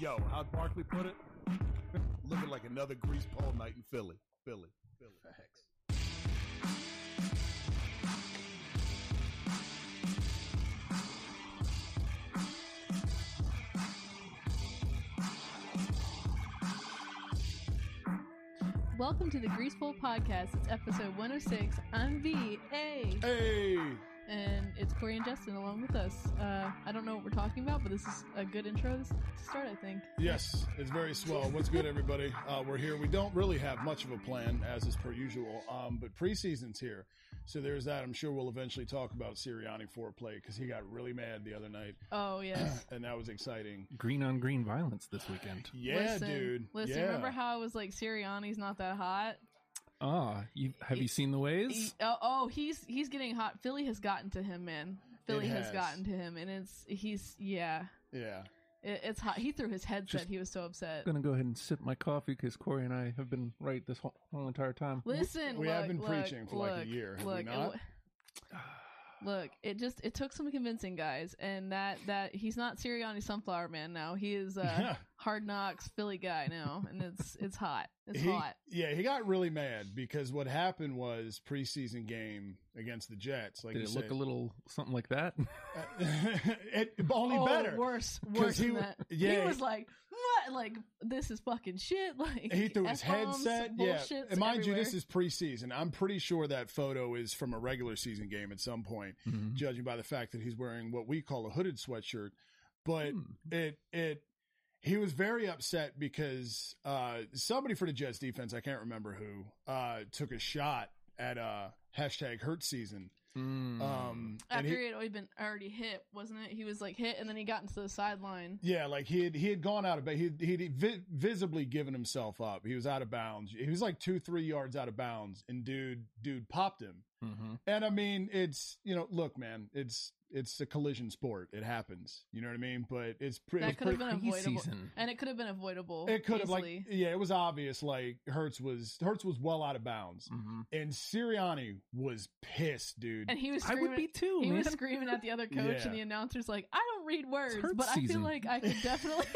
yo, how Barkley put it, looking like another grease pole night in Philly, Philly, Philly. Facts. Welcome to the Greaseful Podcast. It's episode 106. I'm V. Hey! Hey, And it's Corey and Justin along with us. Uh, I don't know what we're talking about, but this is a good intro to start, I think. yes, it's very swell. What's good, everybody? Uh, we're here. We don't really have much of a plan as is per usual, um, but preseason's here, so there's that. I'm sure we'll eventually talk about Sirianni foreplay because he got really mad the other night, Oh, yes. and that was exciting. Green on green violence this weekend. Yeah, listen, dude. Listen, yeah. remember how I was like, Sirianni's not that hot? Ah, you have you seen the He- ways? oh, oh, he's he's getting hot. Philly has gotten to him, man. Philly It has. has. gotten to him, and it's, he's, yeah, yeah. it, it's hot. He threw his headset. Just- he was so upset. I'm gonna go ahead and sip my coffee because Corey and I have been right this whole, whole entire time. Listen, We look, have been look, preaching for like a look, year, have we Look, not? it w- Ah, look, it just it took some convincing, guys, and that that he's not Sirianni Sunflower Man now. He is uh, hard knocks Philly guy now, and it's it's hot. It's he, hot. Yeah, he got really mad because what happened was preseason game against the Jets. Like Did you it said, look a little something like that? Uh, it, only oh, better. worse, 'Cause worse he than w- that. yeah. he was like, what? Like this is fucking shit. Like He threw his F-bombs, headset. Yeah, bullshits and mind you, everywhere. this is preseason. I'm pretty sure that photo is from a regular season game at some point, Hmm. judging by the fact that he's wearing what we call a hooded sweatshirt. But Hmm. it it he was very upset because uh, somebody for the Jets defense, I can't remember who, uh, took a shot at uh, hashtag Hurt Season. Hmm. Um, and after he- he had already been already hit, wasn't it? He was like hit, and then he got into the sideline. Yeah, like he had he had gone out of bounds. He he vi- visibly given himself up. He was out of bounds. He was like two three yards out of bounds, and dude dude popped him. Mhm. And I mean, it's you know, look, man, it's it's a collision sport. It happens. You know what I mean? But it's pretty. That could have been avoidable, preseason. and it could have been avoidable. It could have like easily. yeah, it was obvious. Like Hertz was Hertz was well out of bounds, Mhm. and Sirianni was pissed, dude. And he was I would screaming, be too, He was man. screaming at the other coach, Oh, Yeah. and the announcer's like, "I don't read words, It's hurt but I feel season." like I could definitely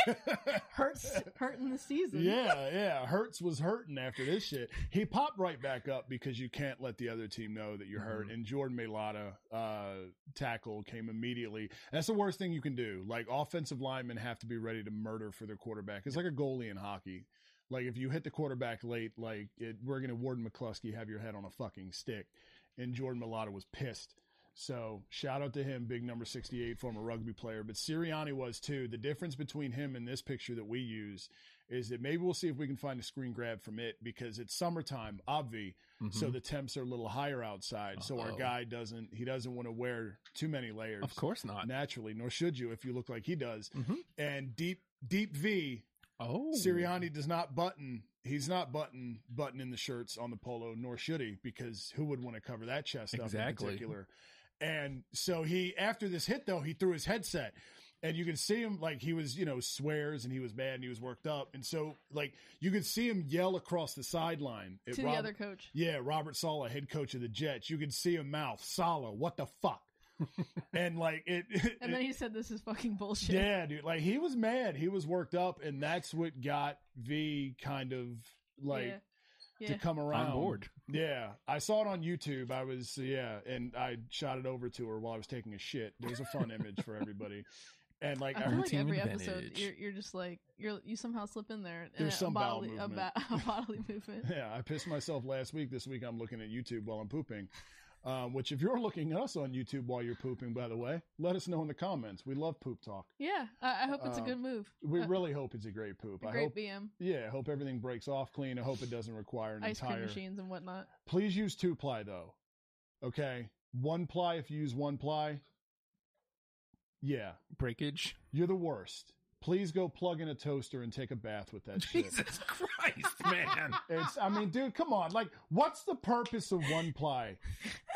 hurt hurt in the season." Yeah, yeah. Hertz was hurting after this shit. He popped right back up because you can't let the other team know that you're hurt. And Jordan Melata uh, tackle came immediately. That's the worst thing you can do. Like offensive linemen have to be ready to murder for their quarterback. It's like a goalie in hockey. Like if you hit the quarterback late, like it, we're gonna Warden McCluskey have your head on a fucking stick. And Jordan Melata was pissed. So shout out to him, big number 68, former rugby player. But Sirianni was too. The difference between him and this picture that we use is that maybe we'll see if we can find a screen grab from it because it's summertime, obvi. Mm-hmm. So the temps are a little higher outside. So our Uh-oh. guy doesn't he doesn't want to wear too many layers. Of course not. Mm-hmm. Naturally, nor should you if you look like he does. And deep deep V Oh, Sirianni does not button. He's not button buttoning the shirts on the polo, nor should he, because who would want to cover that chest up in Exactly. particular? And so he, after this hit though, he threw his headset, and you can see him like he was, you know, swears and he was mad and he was worked up, and so like you could see him yell across the sideline at to the Rob- other coach. Yeah, Robert Sala, head coach of the Jets. You could see him mouth Sala, what the fuck, and like it. And then he said, "This is fucking bullshit." Yeah, dude. Like he was mad. He was worked up, and that's what got V kind of like yeah. to Yeah. come around. board. Yeah, I saw it on YouTube. I was yeah, and I shot it over to her while I was taking a shit. It was a fun image for everybody. And like, I I feel Our like team every episode advantage. you're, you're just like you're you somehow slip in there. and There's a some bowel bodily, a movement. ba- a bodily movement. yeah, I pissed myself last week. This week I'm looking at YouTube while I'm pooping. Uh, which, if you're looking at us on YouTube while you're pooping, by the way, let us know in the comments. We love poop talk. Yeah, I, I hope it's a good move. We really hope it's a great poop. Um, I Great hope, BM, yeah, I hope everything breaks off clean. I hope it doesn't require an ice cream entire machines and whatnot. please use two ply though. Okay. One ply if you use one ply. Yeah. breakage. You're the worst. Please go plug in a toaster and take a bath with that shit. Jesus Christ, man! It's I mean, dude, come on. Like, what's the purpose of one ply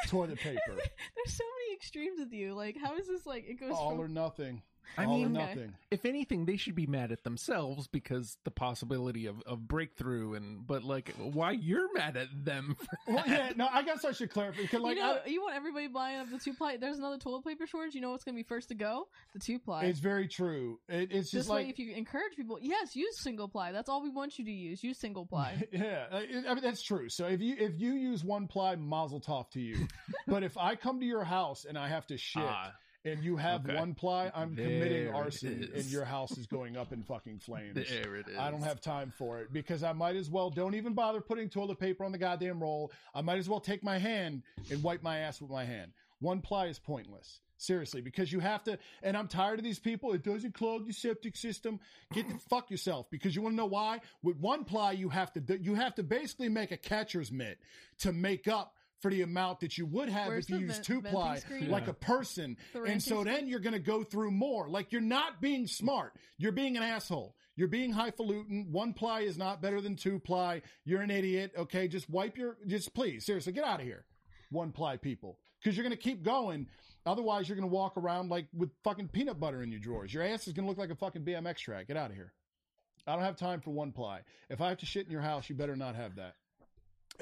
toilet paper? There's so many extremes with you. Like, how is this like? It goes All from or nothing. I All or mean, no. nothing. if anything, they should be mad at themselves because the possibility of, of breakthrough and but like why you're mad at them? For Well, yeah, no, I guess I should clarify because, like, you know, I- you want everybody buying up the two ply. There's another toilet paper shortage. You know what's going to be first to go? The two ply. it's very true. It, it's This just way, like, if you encourage people, yes, use single ply. That's all we want you to use. Use single ply. yeah, I- I mean that's true. So if you if you use one ply, Mazel Tov to you. but if I come to your house and I have to shit Ah, and you have okay. one ply, I'm There committing it arson, and is. your house is going up in fucking flames. there it is. I don't have time for it because I might as well don't even bother putting toilet paper on the goddamn roll. I might as well take my hand and wipe my ass with my hand. One ply is pointless. Seriously, because you have to, and I'm tired of these people. It doesn't clog your septic system. Get the fuck yourself, because you want to know why. With one ply, you have to do- you have to basically make a catcher's mitt to make up for the amount that you would have Where's if you the use vent- two ply, venting screen? like Yeah. a person. The and ranting so screen? then you're going to go through more. Like you're not being smart. You're being an asshole. You're being highfalutin. One ply is not better than two ply. You're an idiot. Okay, just wipe your. Just please, seriously, get out of here. One ply people, because you're going to keep going. Otherwise, you're going to walk around like with fucking peanut butter in your drawers. Your ass is going to look like a fucking BMX track. Get out of here. I don't have time for one ply. If I have to shit in your house, you better not have that.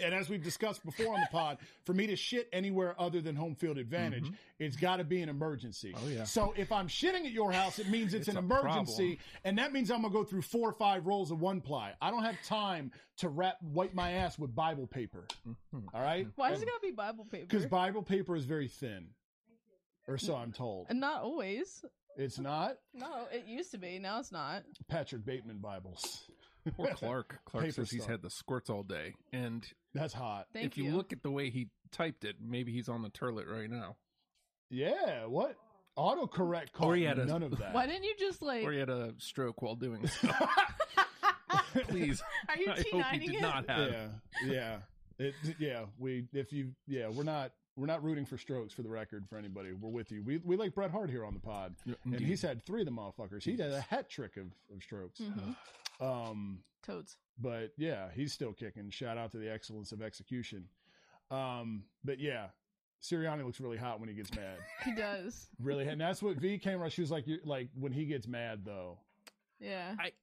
And as we've discussed before on the pod, for me to shit anywhere other than home field advantage, it's got to be an emergency. Mm-hmm. Oh, yeah. So if I'm shitting at your house, it means it's, It's an a emergency, and that means I'm gonna go through four or five rolls of one ply. I don't have time to wrap wipe my ass with Bible paper. Hmm. All right, Why does it got to be Bible because paper? Bible paper is very thin, or so I'm told. and not always. It's not No, it used to be. Now it's not. Patrick Bateman Bibles. Poor Clark. Clark Paper says he's stuff. had the squirts all day, and That's hot. Thank if you, look at the way he typed it, maybe he's on the toilet right now, Yeah. What? Autocorrect called Or he had a- none of that. Why didn't you just like? or he had a stroke while doing. So. Please, Are you I hope he T9ing did it? not have. yeah, yeah, it, yeah. We if you yeah, we're not we're not rooting for strokes for the record for anybody. We're with you. We we like Bret Hart here on the pod, and Indeed. he's had three of the motherfuckers. He did a hat trick of, of strokes. Mhm. Um, Toads. but yeah, he's still kicking. Shout out to the excellence of execution. Um, but yeah, Sirianni looks really hot when he gets mad. He does. really, and that's what V came right. She was like, you like when he gets mad though, Yeah. like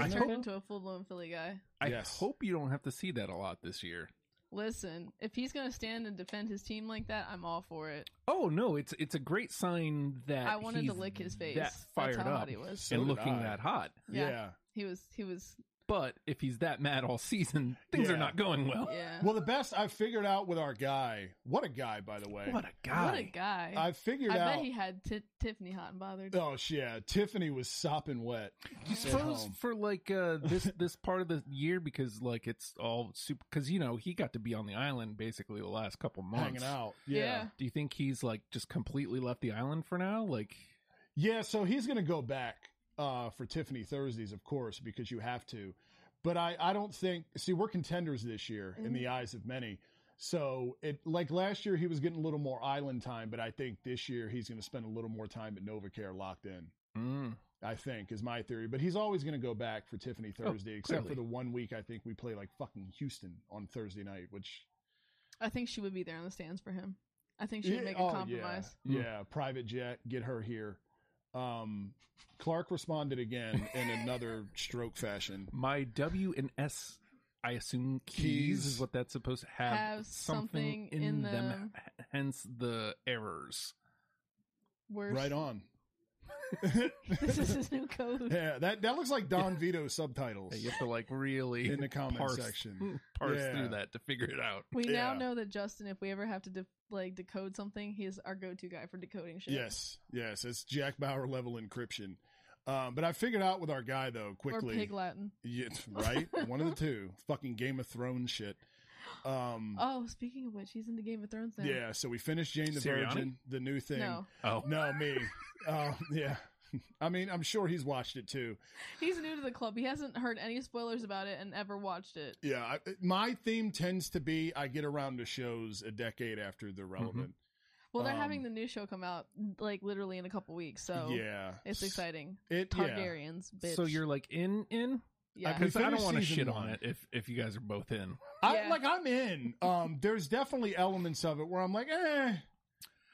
that's I turned hope- into a full blown Philly guy. I Yes. hope you don't have to see that a lot this year. Listen, if he's going to stand and defend his team like that, I'm all for it. Oh no, it's it's a great sign that I wanted to he's lick his face. That fired That's how up hot he was. So and did looking I. that hot. Yeah. yeah. He was. He was. But if he's that mad all season, things Yeah. are not going well. Yeah. Well, the best I figured out with our guy. What a guy, by the way. What a guy! What a guy. I figured I out. bet he had t- Tiffany hot and bothered. oh shit! Yeah, Tiffany was sopping wet. He at froze home. for like uh, this this part of the year because like it's all super because you know he got to be on the island basically the last couple months hanging out. Yeah. Yeah. yeah, Do you think he's like just completely left the island for now? Like So he's gonna go back uh, for Tiffany Thursdays, of course, because you have to. But I, I don't think. See, we're contenders this year in Mm-hmm. the eyes of many. So it like last year he was getting a little more island time, but I think this year he's gonna spend a little more time at Novacare locked in. mm, I think is my theory, but he's always going to go back for Tiffany Oh, Thursday, except for clearly. the one week I think we play like fucking Houston on Thursday night, which I think she would be there on the stands for him. I think she would make a oh, compromise. Yeah, Mm. yeah, private jet, get her here. Um, Clark responded again in another stroke fashion. my W and S, I assume keys, Keys. is what that's supposed to have, Have something in, in them. them. h- Hence the errors. Worse. Right on. this is his new code. yeah, that that looks like Don Vito subtitles That you have to like really in the comment parse, section. parse Yeah. through that to figure it out. We now Yeah. know that Justin, if we ever have to de- like decode something, he's our go-to guy for decoding shit. Yes, yes, it's Jack Bauer level encryption. Um, but I figured out with our guy though quickly. Or pig Latin. Yeah, right? One of the two. Fucking Game of Thrones shit. Um Oh, speaking of which, he's into Game of Thrones now. Yeah, so we finished Jane the Sirianni? Virgin, the new thing. No, Oh, No, me. um, yeah. I mean, I'm sure he's watched it too. he's new to the club. He hasn't heard any spoilers about it and ever watched it. Yeah, I, Uh, my theme tends to be I get around to shows a decade after they're relevant. Well, they're Um, having the new show come out like literally in a couple weeks, so yeah, it's exciting. It yeah. Targaryens, bitch. so you're like in in yeah. We because I don't finished want to season shit one. on it if if you guys are both in. I Yeah. like I'm in. Um, there's definitely elements of it where I'm like, eh,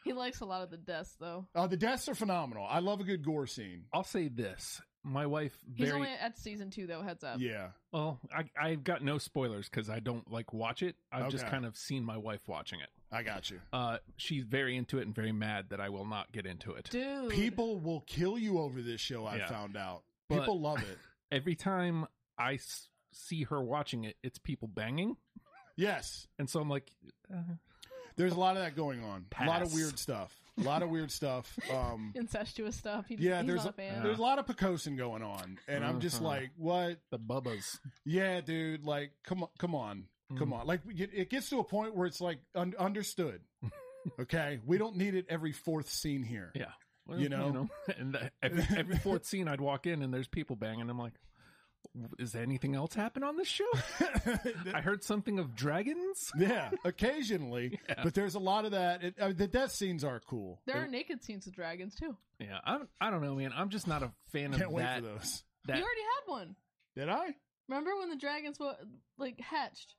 He likes a lot of the deaths, though. Uh, the deaths are phenomenal. I love a good gore scene. I'll say this: my wife He's very only at season two, though. Heads up. Yeah. well. I, I've got no spoilers because I don't like watch it. I've just Okay. kind of seen my wife watching it. I got you. Uh, she's very into it and very mad that I will not get into it. Dude, People will kill you over this show. I Yeah. found out. But- People love it. Every time I s- see her watching it, it's people banging, Yes, and so I'm like, uh, there's a lot of that going on. A lot of Pass. weird stuff. A lot of weird stuff. Um, incestuous stuff. He just, Yeah, he's there's not a fan. there's a lot of Picosin going on, and I'm just Uh-huh. like, what? the bubbas. Yeah, dude. Like, come on, come on, come Mm. on. Like, it it gets to a point where it's like un- understood. Okay, we don't need it every fourth scene here. Yeah. Well, You know? and the, every, every fourth scene I'd walk in and there's people banging. I'm like, is anything else happen on this show? I heard something of dragons. yeah, occasionally, but there's a lot of that. It, I mean, the death scenes are cool. There are naked scenes with dragons too. Yeah, I'm. I don't know, man. I'm just not a fan Can't of wait that. for uh, those. That You already had one. Did I? Remember when the dragons were like hatched?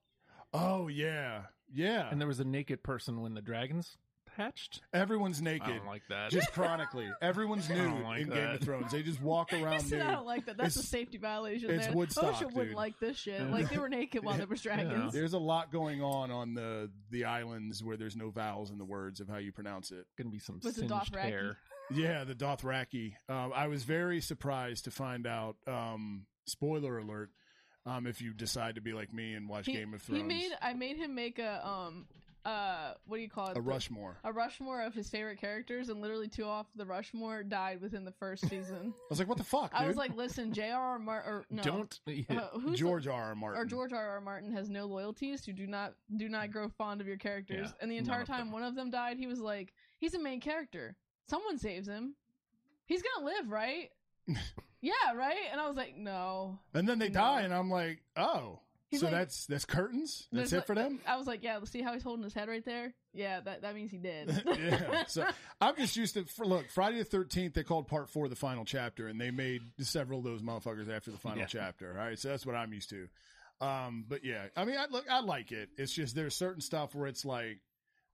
Oh yeah, yeah. and there was a naked person when the dragons hatched. Everyone's I naked. don't like that. just chronically, everyone's I don't nude like in Game that. of Thrones. They just walk I around said nude. I don't like that. That's a It's- safety violation. it's there. Woodstock, OSHA wouldn't dude. like this shit. Like they were naked while there was dragons. There's a lot going on on the the islands where there's no vowels in the words of how you pronounce it. gonna be some Was it singed Dothraki? hair. Yeah, the Dothraki. Um, I was very surprised to find out. Um, spoiler alert. Um, if you decide to be like me and watch He, Game of Thrones, he made. I made him make a um uh what do you call it? a The- Rushmore. I A Rushmore of his favorite characters, and literally two off the Rushmore died within the first season. was like, what the fuck? I dude? was like, listen, J.R.R. Martin, or no, Don't. uh, who's the- George R. R. Martin. or George R. R. Martin has no loyalties. You do not do not grow fond of your characters. Yeah, and the none entire of time them. one of them died, he was like, he's a main character. Someone saves him. He's gonna live, right? yeah, right. And I was like, no. and then they No. die, and I'm like, oh, He's so like- that's that's curtains. That's There's it like- for them. I was like, yeah. See how he's holding his head right there? Yeah, that that means he did. yeah. So I'm just used to for, look Friday the Thirteenth. They called Part Four the final chapter, and they made several of those motherfuckers after the final Yeah. chapter. All right, so that's what I'm used to. Um, but yeah, I mean, I look, I like it. It's just there's certain stuff where it's like,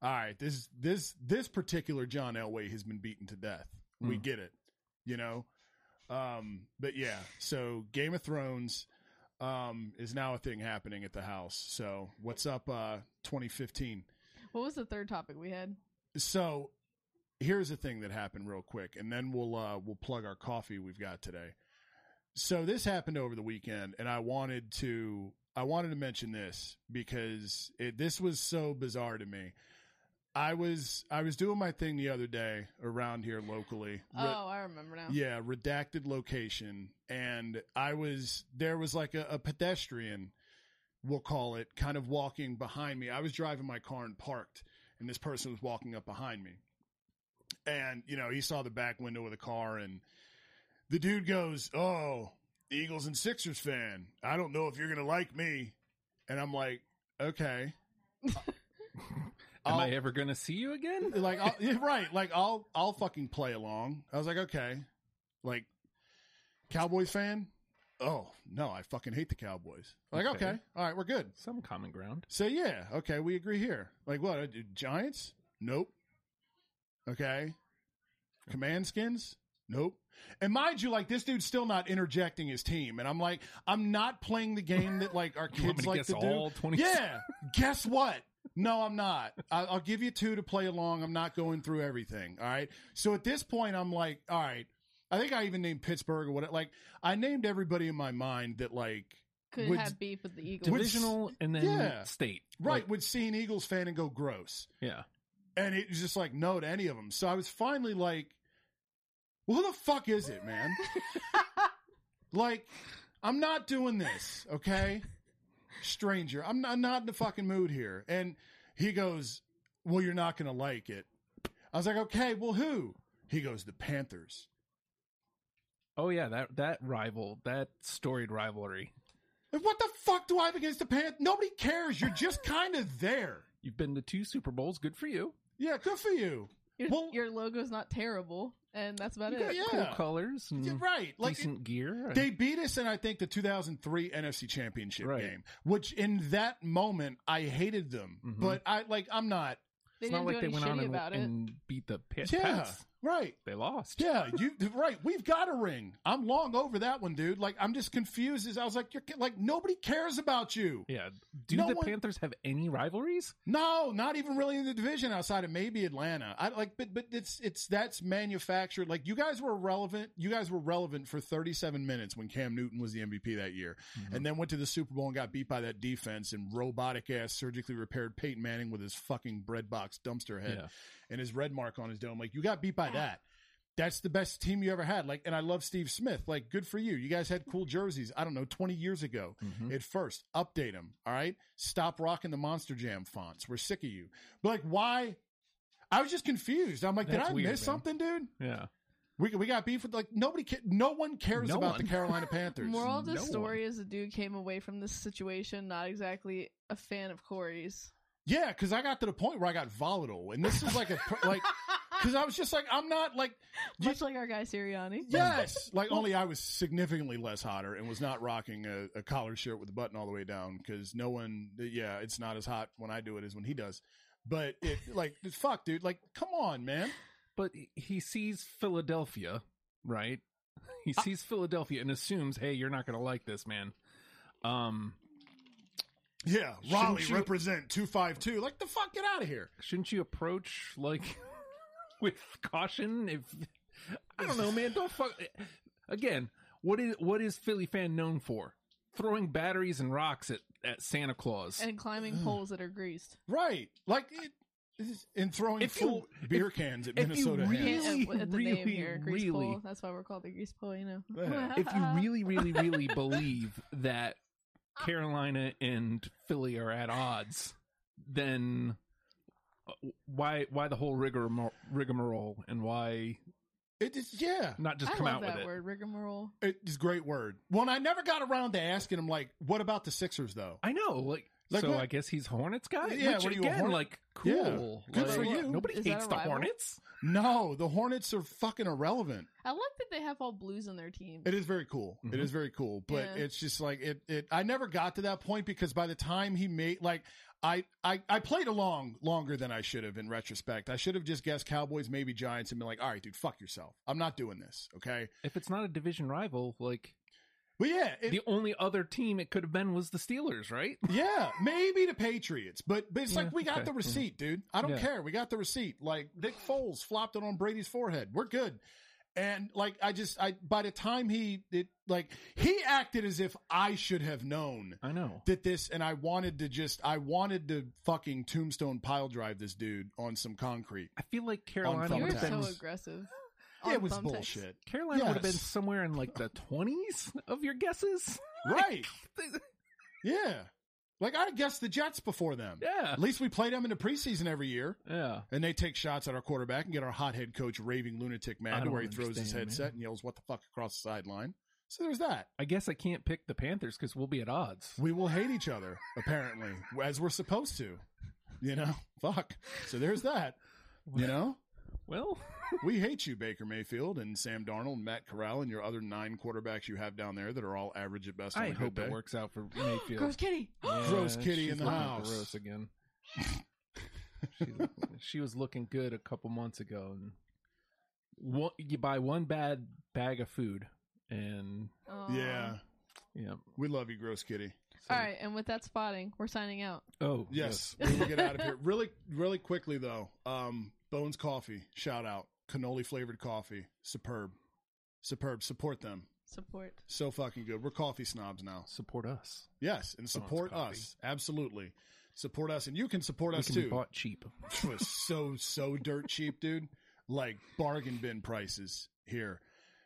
all right, this this this particular John Elway has been beaten to death. We Mm. get it, you know. Um, but yeah, so Game of Thrones um is now a thing happening at the house. So what's up, uh, 2015? what was the third topic we had? So here's the thing that happened real quick, and then we'll uh, we'll plug our coffee we've got today. So this happened over the weekend, and I wanted to I wanted to mention this because it, this was so bizarre to me. I was I was doing my thing the other day around here locally. Oh, Re- I remember now. yeah, redacted location. And I was, there was like a, a pedestrian, we'll call it, kind of walking behind me. I was driving my car and parked, and this person was walking up behind me. And, you know, he saw the back window of the car, and the dude goes, Oh, Eagles and Sixers fan. I don't know if you're going to like me. And I'm like, Okay. Am I'll- I ever gonna see you again? like I'll, yeah, right like i'll i'll fucking play along i was like okay like cowboys fan oh no i fucking hate the cowboys like okay, Okay. all right we're good Some common ground. so yeah okay we agree here like what uh, giants nope okay command skins nope and mind you like this dude's still not interjecting his team and i'm like i'm not playing the game that like our You want kids me to like guess to do all twenty? yeah. Guess what? No, I'm not. I- I'll give you two to play along. I'm not going through everything. All right. So at this point, I'm like, all right. I think I even named Pittsburgh or what. Like, I named everybody in my mind that, like, Could Would- have beef with the Eagles. divisional and then Yeah. state. right Like, would see an Eagles fan and go gross. yeah. And it was just like, no to any of them. So I was finally like, well, who the fuck is it, man? like, I'm not doing this, okay? Stranger, I'm not, I'm not in the fucking mood here. And he goes, Well, you're not going to like it. I was like, Okay, well, who? He goes, The Panthers. Oh yeah. That that rival. That storied rivalry. Like, what the fuck do I have against the Panthers? Nobody cares. You're just kind of there. You've been to two Super Bowls. Good for you. Yeah, good for you. your, Well- your logo's not terrible, and that's about You it. got- Cool Yeah. colors. And Yeah, right. Like, Mm-hmm. decent gear. They beat us in, I think, the 2003 NFC Championship Right. game, which in that moment I hated them. Mhm. But I like, I'm not. They it's didn't not like do they any went on shitty and, about it. and beat the pit. Yeah. Pats. Right. They lost. Yeah, you right. We've got a ring. I'm long over that one, dude. Like I'm just confused. As I was like, you're like nobody cares about you. Yeah. Do No the one- Panthers have any rivalries? No, not even really in the division outside of maybe Atlanta. I like, but but it's it's that's manufactured. Like you guys were relevant. You guys were relevant for 37 minutes when Cam Newton was the MVP that year, Mm-hmm. and then went to the Super Bowl and got beat by that defense and robotic ass surgically repaired Peyton Manning with his fucking bread box dumpster head Yeah. and his red mark on his dome. Like you got beat by that. That's the best team you ever had. Like, and I love Steve Smith. Like, good for you. You guys had cool jerseys. I don't know, 20 years ago Mhm. at first. Update them. All right. Stop rocking the Monster Jam fonts. We're sick of you. But like, why? I was just confused. I'm like, That's did I weird, miss man. something, dude? Yeah. We we got beef with like nobody. Ca- no one cares No about one. the Carolina Panthers. Moral of the no story is the dude came away from this situation not exactly a fan of Corey's. yeah, because I got to the point where I got volatile, and this is like a pr- like because I was just like, I'm not like You- Much like our guy Sirianni. Um, yes, like only I was significantly less hotter and was not rocking a, a collared shirt with the button all the way down because no one, yeah, it's not as hot when I do it as when he does. But it like fuck, dude, like come on, man. But he- he sees Philadelphia, right? He sees Philadelphia and assumes, "Hey, you're not going to like this, man." Um, Yeah, Shouldn't Raleigh you- represent two five two. Like the fuck, get out of here. shouldn't you approach like with caution? If I don't know, man, don't fuck. Again, what is what is Philly fan known for? Throwing batteries and rocks at at Santa Claus. And climbing poles that are greased. Right, like it, it's- and throwing If you- full beer cans at if you Minnesota. really- hands. Yeah, at, at the name really, here, grease really- pole. That's why we're called the grease pole, you know. Yeah. if uh, you really, really, really believe that Carolina and Philly are at odds, then uh, why why the whole rigmar- rigmarole and why It is yeah. not just I come love out that with it? word, rigmarole. It's a great word. Well, and I never got around to asking him like, what about the Sixers though? I know, like. Like so what? I guess he's Hornets guy. Yeah, Which, what are you, a again, Hornet? like Yeah, cool. good Like, for you. Nobody Is that hates a the rival? Hornets. No, the Hornets are fucking irrelevant. I like that they have all blues on their team. It is very cool. It Mhm. is very cool, but Yeah. it's just like it. It. I never got to that point because by the time he made like. I, I, I played along longer than I should have in retrospect. I should have just guessed Cowboys, maybe Giants, and been like, all right, dude, fuck yourself. I'm not doing this. Okay. If it's not a division rival, like But yeah, it, the only other team it could have been was the Steelers, right? yeah, maybe the Patriots, but, but it's Yeah, like, we got okay. the Mhm. receipt, dude. I don't Yeah. care. We got the receipt. Like Nick Foles flopped it on Brady's forehead. We're good. And like, I just, I, by the time he, it, like, he acted as if I should have known I know. did this and I wanted to just I wanted to fucking tombstone pile drive this dude on some concrete. I feel like Carolina thumbtacks. you would were have been so Thumbtacks. aggressive. it on was thumbtacks. bullshit. Carolina would have been Yes. somewhere in like the twenties of your guesses. Right. Yeah. Like I guessed the Jets before them. yeah, At least we play them in the preseason every year. yeah. And they take shots at our quarterback and get our hot head coach raving lunatic I mad to don't where he throws his understand, headset man. and yells what the fuck across the sideline. So there's that. I guess I can't pick the Panthers because we'll be at odds. We will hate each other, apparently, as we're supposed to. You know? Fuck. So there's that. You know? Well, We hate you, Baker Mayfield and Sam Darnold and Matt Corral and your other nine quarterbacks you have down there that are all average at best. on I a good hope day. it works out for Mayfield. Gross kitty. Yeah, Gross kitty she's in the looking house. Gross again. She's looking- she was looking good a couple months ago, and one, you buy one bad bag of food, and Aw. Yeah, yeah. we love you, gross kitty. so- All right, and with that spotting, we're signing out. Oh Yes, we will get out of here really, really quickly though. Um, Bones Coffee, shout out cannoli flavored coffee, superb, superb. Support them. Support. So fucking good. We're coffee snobs now. yes. support us. Yes, and support Coffee. us absolutely. Support us, and you can support We us can be too. bought cheap. was so so dirt cheap, dude. Like bargain bin prices here.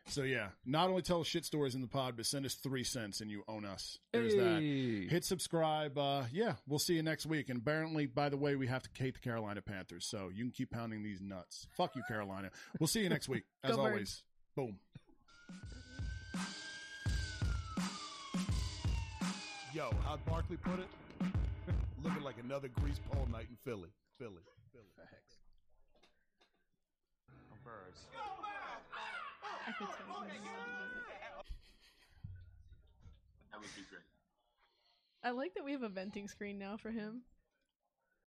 So yeah, not only tell us shit stories in the pod, but send us three cents and you own us. There's that. Hey. Hit subscribe. Uh, yeah, we'll see you next week. And apparently, by the way, we have to hate the Carolina Panthers, so you can keep pounding these nuts. Fuck you, Carolina. We'll see you next week. As Go Birds. always, boom. Yo, how'd Barkley put it? Looking like another grease pole night in Philly. Philly. Philly. I could tell you guys did it. That would be great. I like that we have a venting screen now for him.